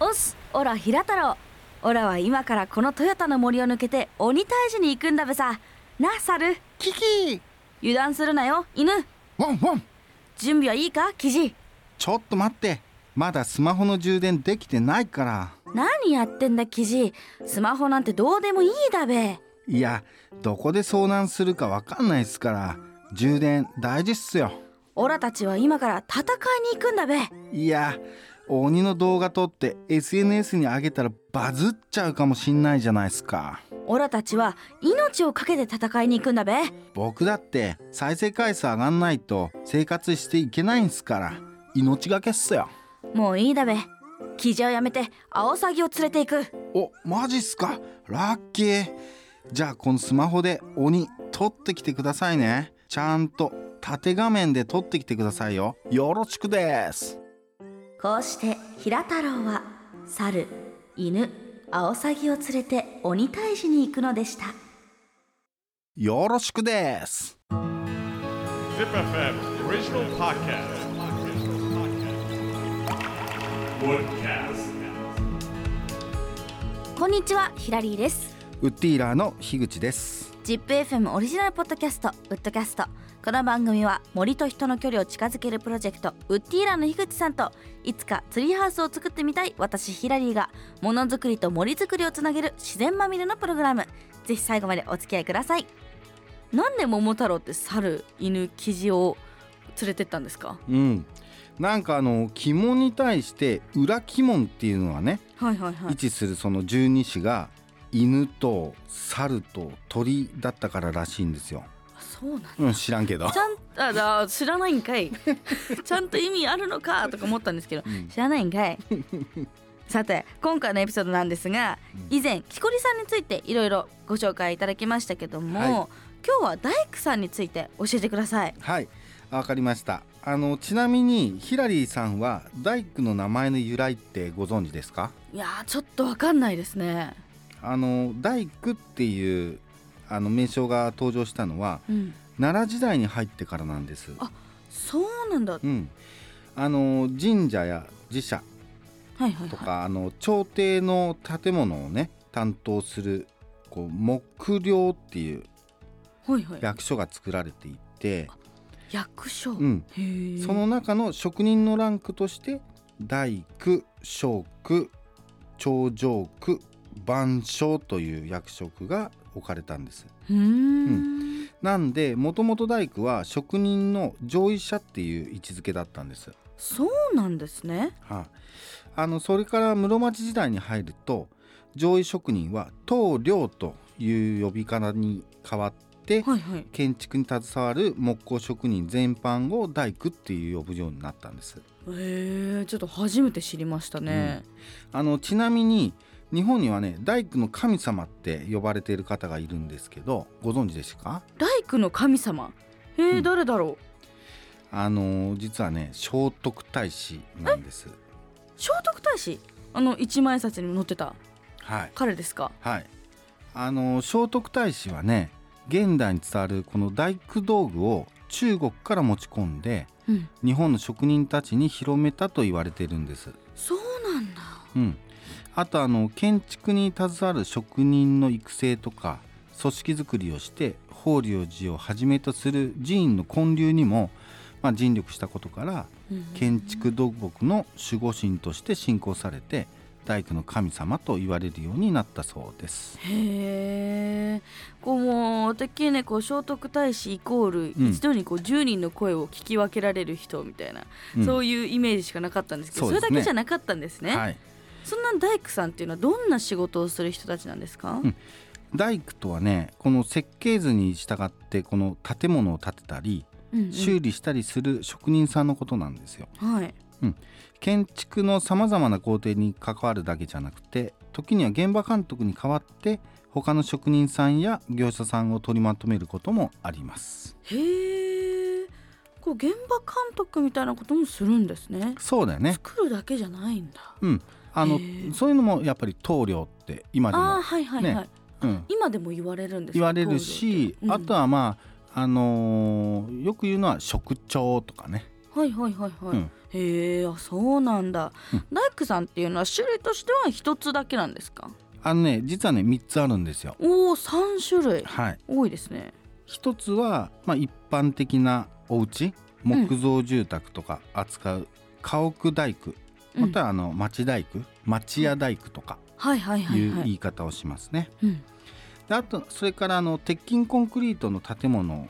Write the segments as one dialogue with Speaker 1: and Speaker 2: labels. Speaker 1: おすオラ平太郎オラは今からこのトヨタの森を抜けて鬼退治に行くんだべさなサル
Speaker 2: キキ
Speaker 1: 油断するなよ犬
Speaker 2: ワンワン
Speaker 1: 準備はいいかキジ
Speaker 2: ちょっと待ってまだスマホの充電できてないから
Speaker 1: 何やってんだキジスマホなんてどうでもいいだべ
Speaker 2: いやどこで遭難するかわかんないっすから充電大事っすよ
Speaker 1: オラたちは今から戦いに行くんだべ
Speaker 2: いや鬼の動画撮って SNS に上げたらバズっちゃうかもしんないじゃないっすか
Speaker 1: オラたちは命を懸けて戦いに行くんだべ
Speaker 2: 僕だって再生回数上がんないと生活していけないんすから命がけっすよ
Speaker 1: もういいだべキジをやめてアオサギを連れて行く
Speaker 2: おマジっすかラッキーじゃあこのスマホで鬼撮ってきてくださいねちゃんと縦画面で撮ってきてくださいよよろしくです
Speaker 1: こうして平太郎は猿犬アオサギを連れて鬼退治に行くのでした
Speaker 2: よろしくです
Speaker 3: Zip FM original podcast. Woodcast.
Speaker 1: こんにちはヒラリーです
Speaker 2: ウッディーラーの樋口です
Speaker 1: ZIPFM オリジナルポッドキャストウッドキャストこの番組は森と人の距離を近づけるプロジェクトウッディーラーの樋口さんといつかツリーハウスを作ってみたい私ヒラリーがものづくりと森づくりをつなげる自然まみれのプログラムぜひ最後までお付き合いくださいなんで桃太郎って猿犬キジを連れてったんですか
Speaker 2: うんなんかあの鬼門に対して裏鬼門っていうのはね、
Speaker 1: はいはいは
Speaker 2: 位置するその十二支が犬と猿と鳥だったかららしいんですよ、
Speaker 1: そうなんだ
Speaker 2: うん、知らんけど
Speaker 1: ちゃんあだ知らないん かいちゃんと意味あるのかとか思ったんですけど、
Speaker 2: ん
Speaker 1: 知らないんか いさて今回のエピソードなんですが以前木こりさんについていろいろご紹介いただきましたけども、
Speaker 2: はい
Speaker 1: 今日は大工さんについて教えてください
Speaker 2: はい、わかりました。あのちなみにヒラリーさんは大工の名前の由来ってご存知ですか？
Speaker 1: いやーちょっとわかんないですね
Speaker 2: あの大工っていうあの名称が登場したのは
Speaker 1: うん
Speaker 2: 奈良時代に入ってからなんです。
Speaker 1: あそうなんだは
Speaker 2: うん。あの神社や寺社
Speaker 1: いはい
Speaker 2: と
Speaker 1: はい
Speaker 2: かあの朝廷の建物をね担当するこう木料っていう
Speaker 1: はいはい
Speaker 2: 役所が作られていて、
Speaker 1: 役所、
Speaker 2: うん。
Speaker 1: へー
Speaker 2: その中の職人のランクとして大工小工長上工番匠という役職が置かれたんです
Speaker 1: うーん
Speaker 2: なんでもともと大工は職人の上位者っていう位置づけだったんです、
Speaker 1: そうなんですね
Speaker 2: はいあのそれから室町時代に入ると上位職人は棟梁という呼び方に変わって
Speaker 1: はいはい
Speaker 2: 建築に携わる木工職人全般を大工っていう呼ぶようになったんです
Speaker 1: へえちょっと初めて知りましたね、
Speaker 2: あのちなみに日本にはね大工の神様って呼ばれている方がいるんですけどご存知ですか
Speaker 1: 大工の神様へえ、
Speaker 2: うん
Speaker 1: 誰だろう
Speaker 2: あの実はね聖徳太子なんです
Speaker 1: 聖徳太子あの一万円札にも載ってた
Speaker 2: はい
Speaker 1: 彼ですか
Speaker 2: はいあの聖徳太子はね現代に伝わるこの大工道具を中国から持ち込んで
Speaker 1: うん
Speaker 2: 日本の職人たちに広めたと言われているんです
Speaker 1: そうなんだ
Speaker 2: うん、あとあの建築に携わる職人の育成とか組織づくりをして法隆寺をはじめとする寺院の建立にも、まあ、尽力したことから建築土木の守護神として信仰されて大工の神様と言われるようになったそうです。
Speaker 1: へえこうもうてっきりねこう聖徳太子イコール
Speaker 2: うん
Speaker 1: 一度にこう10人の声を聞き分けられる人みたいな、
Speaker 2: うん
Speaker 1: そういうイメージしかなかったんですけどそ
Speaker 2: そうですね
Speaker 1: れだけじゃなかったんですね、
Speaker 2: はい、
Speaker 1: そんな大工さんっていうのはどんな仕事をする人たちなんですか、
Speaker 2: うん大工とはねこの設計図に従ってこの建物を建てたり
Speaker 1: うんうん
Speaker 2: 修理したりする職人さんのことなんですよ。
Speaker 1: はい
Speaker 2: 建築のさまざまな工程に関わるだけじゃなくて時には現場監督に代わって他の職人さんや業者さんを取りまとめることもあります
Speaker 1: へえ。こう現場監督みたいなこともするんですね。
Speaker 2: そうだよね
Speaker 1: 作るだけじゃないんだ。
Speaker 2: うんあ
Speaker 1: へ
Speaker 2: の
Speaker 1: ー
Speaker 2: そういうのもやっぱり棟梁って今で
Speaker 1: ああー
Speaker 2: も、
Speaker 1: はいはいはい。
Speaker 2: ねうん、
Speaker 1: 今でも言われるんですか。
Speaker 2: 言われるし、
Speaker 1: 東洋って
Speaker 2: あとはまああのーよく言うのは職長とかね
Speaker 1: あはいはいはいはい、
Speaker 2: うん
Speaker 1: へえあそうなんだ、大工さんっていうのは種類としては一つだけなんですか
Speaker 2: あのね実はね3つあるんですよ。
Speaker 1: おお三種類
Speaker 2: はい、
Speaker 1: 多いですね
Speaker 2: 一つは、まあ、一般的なお家木造住宅とか扱う家屋大工、
Speaker 1: うん
Speaker 2: またはあの町大工町屋大工とか
Speaker 1: はいはいはいいうは
Speaker 2: 言
Speaker 1: い
Speaker 2: い方をしますね。
Speaker 1: うん
Speaker 2: であとそれからあの鉄筋コンクリートの建物を、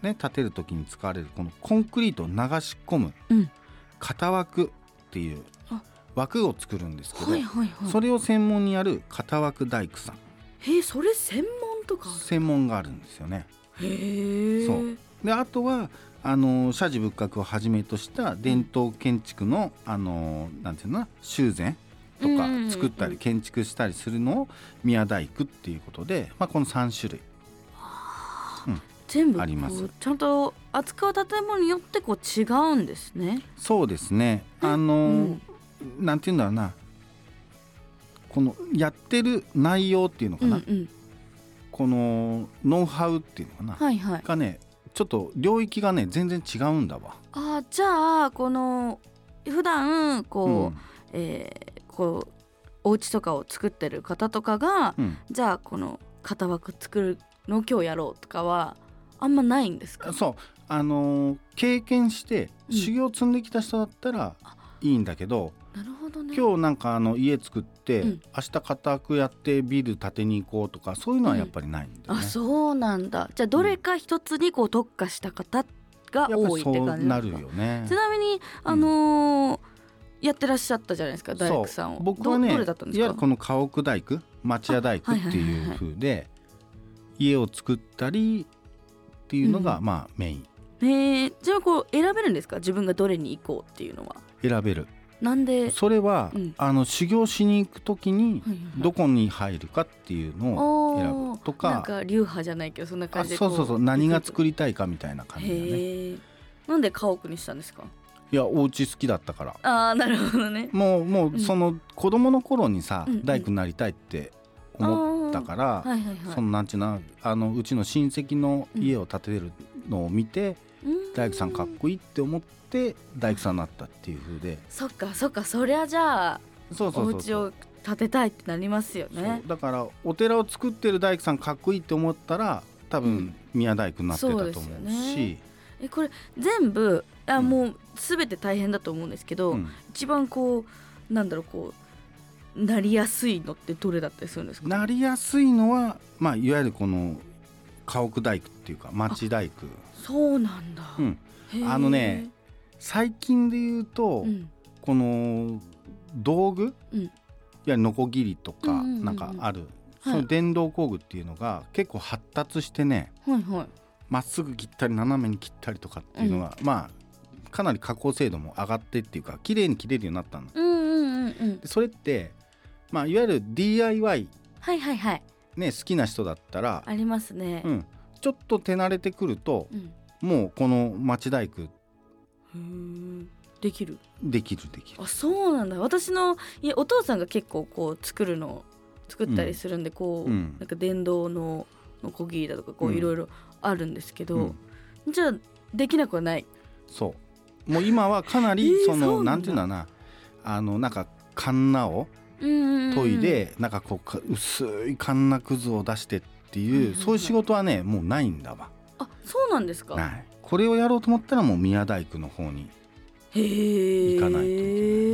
Speaker 2: ね、建てる時に使われるこのコンクリートを流し込む
Speaker 1: うん
Speaker 2: 型枠っていう
Speaker 1: あ
Speaker 2: 枠を作るんですけど、
Speaker 1: はいはいはい
Speaker 2: それを専門にやる型枠大工さん
Speaker 1: へえそれ専門とか
Speaker 2: 専門があるんですよね。
Speaker 1: へえ
Speaker 2: そうであとはあの社寺仏閣をはじめとした伝統建築のあのなんていうのかな修繕と
Speaker 1: うんう
Speaker 2: か
Speaker 1: んうん
Speaker 2: 作ったり建築したりするのを宮大工っていうことで、まあ、この3種類
Speaker 1: 全部
Speaker 2: ありま
Speaker 1: こ
Speaker 2: す
Speaker 1: うちゃんと扱う建物によってこう違うんですね
Speaker 2: そうですねあの、
Speaker 1: うん
Speaker 2: なんていうんだろうなこのやってる内容っていうのか
Speaker 1: うんう
Speaker 2: な、
Speaker 1: ん
Speaker 2: このノウハウっていうのかな、
Speaker 1: はいはい
Speaker 2: がねちょっと領域がね全然違うんだわ。
Speaker 1: あーじゃあこの普段こう、
Speaker 2: うん
Speaker 1: えーこうお家とかを作ってる方とかが、
Speaker 2: うん
Speaker 1: じゃあこの型枠作るのを今日やろうとかはあんまないんですか
Speaker 2: そうあのー経験して
Speaker 1: うん
Speaker 2: 修行を積んできた人だったらいいんだけど、
Speaker 1: なるほどね
Speaker 2: 今日なんかあの家作って、
Speaker 1: うん
Speaker 2: 明日固くやってビル建てに行こうとかそういうのはやっぱりないんだよ
Speaker 1: あ
Speaker 2: ね。
Speaker 1: そうなんだじゃあどれか一つにこう特化した方が
Speaker 2: やっぱ
Speaker 1: 多い
Speaker 2: り
Speaker 1: っ
Speaker 2: そ
Speaker 1: て
Speaker 2: う
Speaker 1: 感じな
Speaker 2: なんる
Speaker 1: ですか
Speaker 2: よね
Speaker 1: ち。なみにあのーやってらっしゃったじゃないですか大工さんを
Speaker 2: そう僕はね
Speaker 1: どどれだったんで
Speaker 2: い
Speaker 1: す
Speaker 2: わゆる
Speaker 1: か
Speaker 2: この家屋大工町屋大工っていう風で家を作ったりっていうのが、まあメイン
Speaker 1: ねえじゃあこう選べるんですか自分がどれに行こうっていうのは
Speaker 2: 選べる。
Speaker 1: なんで
Speaker 2: それは、
Speaker 1: うん
Speaker 2: あの修行しに行く時に
Speaker 1: はいはいはい
Speaker 2: どこに入るかっていうのを選ぶと
Speaker 1: おーなん
Speaker 2: か
Speaker 1: か流派じゃないけどそんな
Speaker 2: あ
Speaker 1: 感じでこ
Speaker 2: そうそうそう何が作りたいかみたいな感じだね
Speaker 1: へえなんで家屋にしたんですか
Speaker 2: いやお家好きだったから
Speaker 1: ああなるほどね
Speaker 2: もうも
Speaker 1: う
Speaker 2: うんその子供の頃にさ、
Speaker 1: うんうん
Speaker 2: 大工になりたいって思ったから、
Speaker 1: はいはいはい
Speaker 2: そのなんちゅうなあのうちの親戚の家を建てるのを見て、
Speaker 1: うん
Speaker 2: 大工さんかっこいいって思って大工さんになったっていう風で
Speaker 1: そっかそっかそりゃじゃあ
Speaker 2: そうそ
Speaker 1: お
Speaker 2: うそう
Speaker 1: 家
Speaker 2: そう
Speaker 1: を建てたいってなりますよ
Speaker 2: そう
Speaker 1: ね
Speaker 2: だからお寺を作ってる大工さんかっこいいって思ったら
Speaker 1: う
Speaker 2: 多
Speaker 1: ん
Speaker 2: 分宮大工になってたと思うし、
Speaker 1: そうですよねえこれ全部あ
Speaker 2: うん
Speaker 1: もう全て大変だと思うんですけど、
Speaker 2: うん
Speaker 1: 一番こうなんだろうこうなりやすいのってどれだったりするんですか
Speaker 2: なりやすいのは、まあ、いわゆるこの家屋大工っていうか町大工
Speaker 1: そうなんだ、
Speaker 2: うん
Speaker 1: へー
Speaker 2: あのね最近で言うと、
Speaker 1: うん
Speaker 2: この道具、
Speaker 1: うん
Speaker 2: いわゆるノコギリとか
Speaker 1: うんうんうんうん
Speaker 2: なんかある、
Speaker 1: はい
Speaker 2: その電動工具っていうのが結構発達してね
Speaker 1: はいはい
Speaker 2: まっすぐ切ったり斜めに切ったりとかっていうのが、まあかなり加工精度も上がってっていうか綺麗に切れるようになったの。
Speaker 1: うんうんうんうん
Speaker 2: でそれって、まあ、いわゆる DIY、
Speaker 1: はいはいはい
Speaker 2: ね、好きな人だったら、
Speaker 1: ありますね
Speaker 2: う、ん、ちょっと手慣れてくると
Speaker 1: うん
Speaker 2: もうこの町大工
Speaker 1: へえできる
Speaker 2: できるできる
Speaker 1: あそうなんだ私の家お父さんが結構こう作るの作ったりするんで、こう、
Speaker 2: うん
Speaker 1: なんか電動ののこぎりだとかこ
Speaker 2: う
Speaker 1: うんいろいろあるんですけど、
Speaker 2: うん
Speaker 1: じゃあできなくはない
Speaker 2: そうもう今はかなり
Speaker 1: えー
Speaker 2: そ
Speaker 1: そ
Speaker 2: の、
Speaker 1: うな
Speaker 2: な
Speaker 1: だ
Speaker 2: んんていうんだろうなあのなんかカンナを研
Speaker 1: 研
Speaker 2: いで、なんかこうか薄いカンナくずを出してっていう、
Speaker 1: はいはいはい
Speaker 2: そういう仕事はねもうないんだわ
Speaker 1: あそうなんですか
Speaker 2: ないこれをやろうと思ったらもう宮大工の方に、
Speaker 1: へえ
Speaker 2: 行かないといけ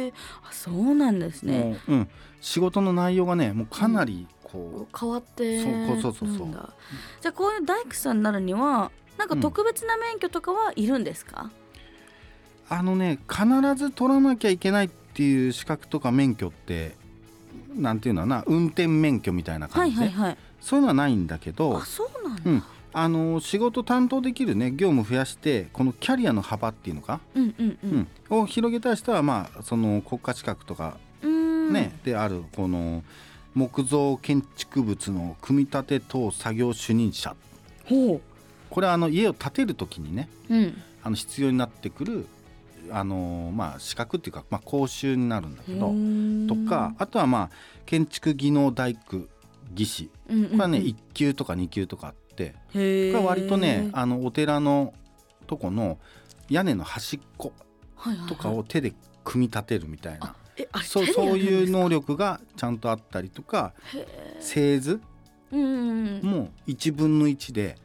Speaker 2: ない
Speaker 1: あそうなんですね、
Speaker 2: もう、うん、仕事の内容がねもうかなりこ
Speaker 1: こう変わって
Speaker 2: そうそうそうそ
Speaker 1: な
Speaker 2: う
Speaker 1: んだじゃあこういう大工さんになるにはなんか特別な免許とかはいるんですか、
Speaker 2: う、あのね必ず取らなきゃいけないっていう資格とか免許ってなんていうのかな運転免許みたいな
Speaker 1: は
Speaker 2: 感
Speaker 1: い
Speaker 2: じで、
Speaker 1: はいはい
Speaker 2: そういうのはないんだけど
Speaker 1: あそうなんだ、
Speaker 2: うん、あの仕事担当できるね業務増やしてこのキャリアの幅っていうのか、
Speaker 1: うんうんう
Speaker 2: うんん、を広げたい人はまあその国家資格とか
Speaker 1: うーん
Speaker 2: ね、であるこの木造建築物の組み立て等作業主任者
Speaker 1: ほ
Speaker 2: これはあの家を建てる時にね
Speaker 1: ううん
Speaker 2: あの必要になってくるあのまあ資格っていうか、まあ、講習になるんだけどとかあとはまあ建築技能大工技師
Speaker 1: うんうんうん
Speaker 2: これはね1級とか2級とかあって
Speaker 1: へー
Speaker 2: これは割とねあのお寺のとこの屋根の端っこ
Speaker 1: はいはいはい
Speaker 2: とかを手で組み立てるみたいな
Speaker 1: あえあれ
Speaker 2: そう
Speaker 1: 手で
Speaker 2: そ
Speaker 1: やる
Speaker 2: うん
Speaker 1: です
Speaker 2: いう能力がちゃんとあったりとか
Speaker 1: へ
Speaker 2: 製図
Speaker 1: ーうんうんうん
Speaker 2: も1分の1で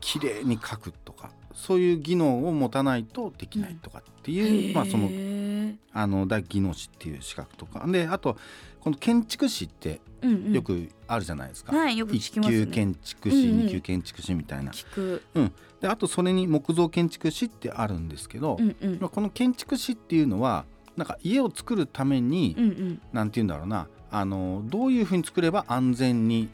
Speaker 2: 綺麗に描くとかそういう技能を持たないとできないとかっていう、まあ、そ
Speaker 1: へ
Speaker 2: の
Speaker 1: ー
Speaker 2: あの大技能士っていう資格とかであとこの建築士って
Speaker 1: うんうん
Speaker 2: よくあるじゃないですか、
Speaker 1: はいよく聞き
Speaker 2: 一
Speaker 1: ますね
Speaker 2: 級建築士、
Speaker 1: うんうん
Speaker 2: 二級建築士みたいな
Speaker 1: 聞く
Speaker 2: であとそれに木造建築士ってあるんですけど、
Speaker 1: うんうん
Speaker 2: まあ、この建築士っていうのはなんか家を作るために
Speaker 1: うんうん
Speaker 2: なんて言うんだろうなあのどういうふうに作れば安全に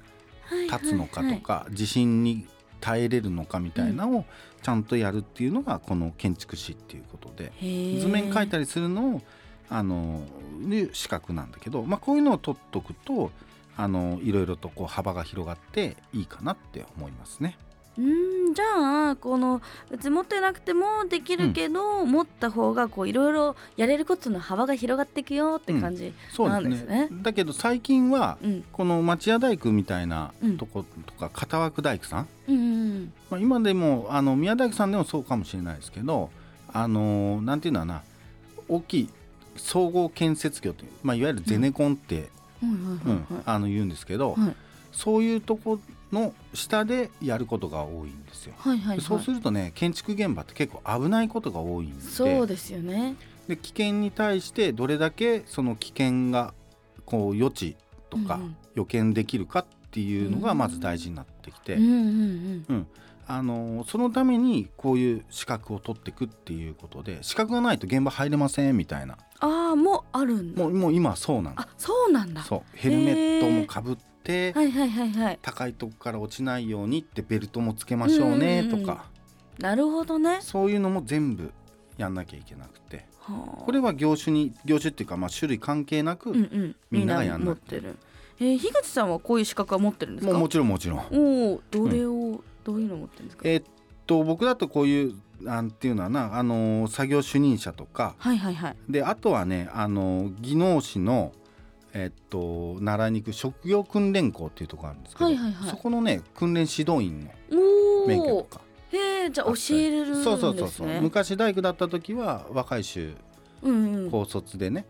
Speaker 1: はい
Speaker 2: 立つのか
Speaker 1: はい
Speaker 2: と
Speaker 1: はい
Speaker 2: か地震に耐えれるのかみたいなのをちゃんとやるっていうのがこの建築士っていうことで
Speaker 1: へー
Speaker 2: 図面描いたりするのをあのいう資格なんだけど、まあ、こういうのを取っとくとあのいろいろとこう幅が広がっていいかなって思いますね。
Speaker 1: うんじゃあこの別に持ってなくてもできるけど、持った方がこういろいろやれることの幅が広がっていくよって感じ、
Speaker 2: そうですね
Speaker 1: なんです
Speaker 2: だけど最近は
Speaker 1: うん、
Speaker 2: この町屋大工みたいなとことか片枠大工さん
Speaker 1: うんうん
Speaker 2: まあ、今でもあの宮大工さんでもそうかもしれないですけどあのなんていうのかな大きい総合建設業という、まあ、いわゆるゼネコンって、
Speaker 1: うん
Speaker 2: うん
Speaker 1: はいはいはい
Speaker 2: あの言うんですけど、
Speaker 1: はい
Speaker 2: そういうとこの下でやることが多いんですよ。
Speaker 1: はいはいはい
Speaker 2: そうするとね建築現場って結構危ないことが多いんで
Speaker 1: そうですよね
Speaker 2: で危険に対してどれだけその危険がこう予知とか
Speaker 1: うんうん
Speaker 2: 予見できるかっていうのがまず大事になってきて、
Speaker 1: うんうん
Speaker 2: あのそのためにこういう資格を取っていくっていうことで資格がないと現場入れませんみたいな
Speaker 1: うんああもうあるんだ
Speaker 2: もうもう今はそうなんだ
Speaker 1: あそうなんだ
Speaker 2: そうヘルメットもかぶって、
Speaker 1: はいはいはいはい
Speaker 2: 高いとこから落ちないようにってベルトもつけましょうね
Speaker 1: う
Speaker 2: と
Speaker 1: んうんうん
Speaker 2: か、
Speaker 1: なるほどね
Speaker 2: そういうのも全部やんなきゃいけなくてこ
Speaker 1: こ
Speaker 2: れは業種に業種っていうか、まあ、種類関係なく、
Speaker 1: うんうん
Speaker 2: みんながやん
Speaker 1: 持
Speaker 2: な
Speaker 1: っ
Speaker 2: く
Speaker 1: てるえー、樋口さんはこういう資格は持ってるんです
Speaker 2: もう
Speaker 1: か
Speaker 2: もちろんもちろん。
Speaker 1: おおどれを、どういうの持ってるんですか
Speaker 2: えーっと僕だとこういうなんていうのはな、あの作業主任者とか
Speaker 1: はいはいはい
Speaker 2: であとはねあの技能士のえっと習いに行く職業訓練校っていうところがあるんですけど、
Speaker 1: はいはいはい
Speaker 2: そこのね訓練指導員の
Speaker 1: お
Speaker 2: 免許と
Speaker 1: お
Speaker 2: か
Speaker 1: へえじゃあ
Speaker 2: あ
Speaker 1: 教
Speaker 2: ったり
Speaker 1: えれるんですね
Speaker 2: そうそうそうそう昔大工だった時は若い衆
Speaker 1: うんうん
Speaker 2: 高卒でね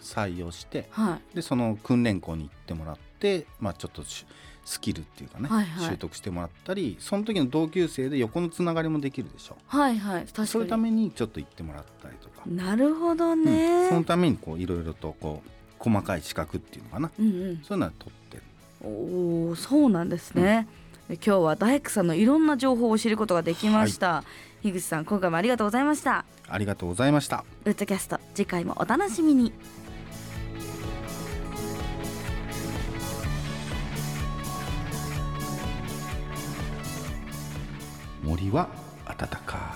Speaker 2: 採用して
Speaker 1: は
Speaker 2: でその訓練校に行ってもらって、まあ、ちょっとしスキルっていうかね、
Speaker 1: はいはい
Speaker 2: 習得してもらったりその時の同級生で横のつながりもできるでしょ
Speaker 1: いはいはい確かに
Speaker 2: そういうためにちょっと行ってもらったりとか、
Speaker 1: なるほど
Speaker 2: うん
Speaker 1: ね、
Speaker 2: そのためにこういろいろとこう細かい資格っていうのかな
Speaker 1: うんうん
Speaker 2: そういうのは取ってる。
Speaker 1: おおそうなんですね、今日は大工さんのいろんな情報を知ることができました、樋口さん今回もありがとうございました
Speaker 2: ありがとうございました。
Speaker 1: ウッドキャスト次回もお楽しみに
Speaker 2: 森は暖かい。